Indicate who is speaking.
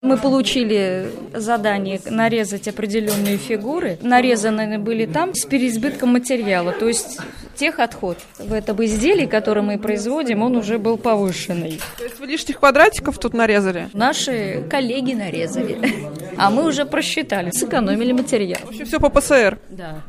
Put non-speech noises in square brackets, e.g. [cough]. Speaker 1: Мы получили задание нарезать определенные фигуры. Нарезаны они были там с переизбытком материала, то есть тех отход в этом изделии, которое мы производим, он уже был повышенный.
Speaker 2: То есть вы лишних квадратиков тут нарезали?
Speaker 1: Наши коллеги [laughs] нарезали, а мы уже просчитали, сэкономили материал.
Speaker 2: В общем, все по ПСР.
Speaker 1: Да.